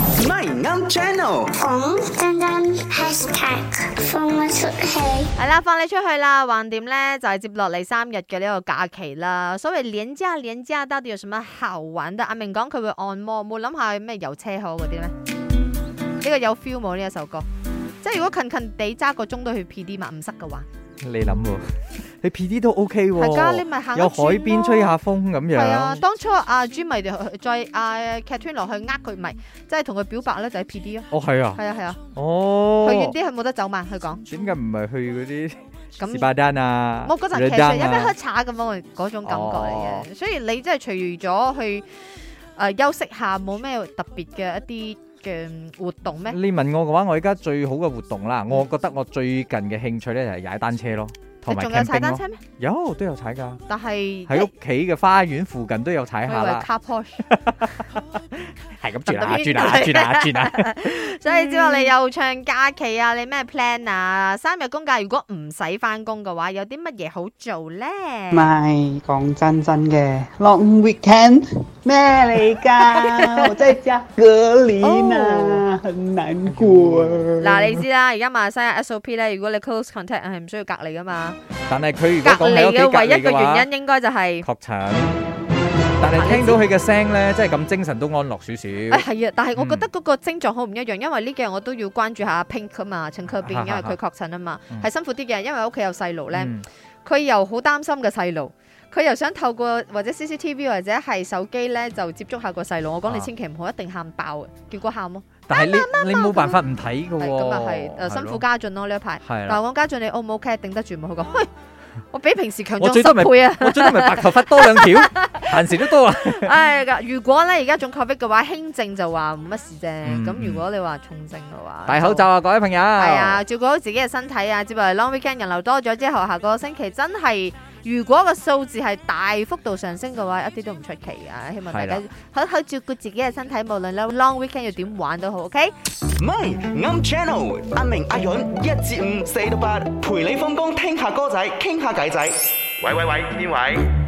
My Own Channel。講真真 hashtag 放我出戲。係啦，放你出去啦，橫掂咧就係、接落嚟三日嘅呢個假期啦。所謂連假連假到底有什麼好玩的？阿明講佢會按摩，冇諗下咩遊車河嗰啲咩？呢、個有 feel 冇呢一首歌？即係如果近近地揸個鐘都去 P D 嘛，唔塞嘅話，你諗喎， 你 P D 都 O K 係㗎，你喎，咪行一有轉海邊吹下風咁咯。係啊，樣，當初阿 Jim 咪再阿 Catherine 落去呃佢，咪即係同佢表白咧，就係 P D 咯。哦係啊，係啊係啊，去遠哦，啲佢冇得走嘛，佢講點解唔係去嗰啲 士咁。巴丹啊？我嗰陣 Rodan 其實一啊哦杯黑茶咁樣嗰種感覺嚟嘅，所以你真係除咗去誒、呃休息下，冇咩特別嘅一啲嘅活動咩？你問我嘅話，我而家最好嘅活動啦，我覺得我最近嘅興趣咧就係踩單車咯，同你埋仲有踩 camping 單咯，車咩？有都有踩㗎，但係喺屋企嘅花園附近都有我踩以下為啦， car posh， 係咁轉下特別轉下轉 下轉下，所以之後你又長假期啊，你咩 plan 啊？三日公假如果唔使翻工嘅話，有啲乜嘢好做咧？咪講真真嘅，long weekend 咩嚟 㗎？我在家隔離呢，很難過啊。嗱，你知啦，而家馬來西亞 SOP 咧，如果你 close contact 係唔需要隔離噶嘛。但係佢如隔果講喺離屋企隔嘅唯一離嘅嘅話原。因應該就係、確診，但係聽到佢嘅聲咧，真係咁精神都安樂少嗯啊少。係啊，但係我覺得嗰個症狀好唔一樣，因為呢幾日我都要關注下 Pink 啊嘛，陳克邊，因為佢確診啊嘛，嗯係辛苦啲嘅，因為屋企有細路咧，嗯佢又好擔心個細路，佢又想透過或者 CCTV 或者係手機咧就接觸下個細路。我講你啊千祈唔好一定喊爆啊，結果喊咯，但啊係你你冇辦法唔睇嘅係喎。咁啊係誒辛苦家俊咯呢一排。係但啦，係我家俊你 O 唔 OK 頂得住冇？佢講， 嘿我比平時強我壯最多咪十倍 啊！我最多咪白頭髮多兩 條，閒時都多啊。唉，哎如果咧而家仲 covid 嘅話，輕症就話冇乜事啫。嗯咁嗯如果你話重症嘅話，戴口就罩啊，各位朋友。係係啊，，照顧好自己嘅身體啊。接落嚟 long weekend 人流多咗之後，下個星期真係如果個數字係大幅度上升嘅話，一啲都唔出奇啊！希望大家係好好照顧自己嘅身體，無論你 long weekend 要點玩都好，OK。 My Own Channel。阿明、阿允，一至五，四到八，陪你放工，聽下歌仔，傾下偈仔。喂喂喂，邊位？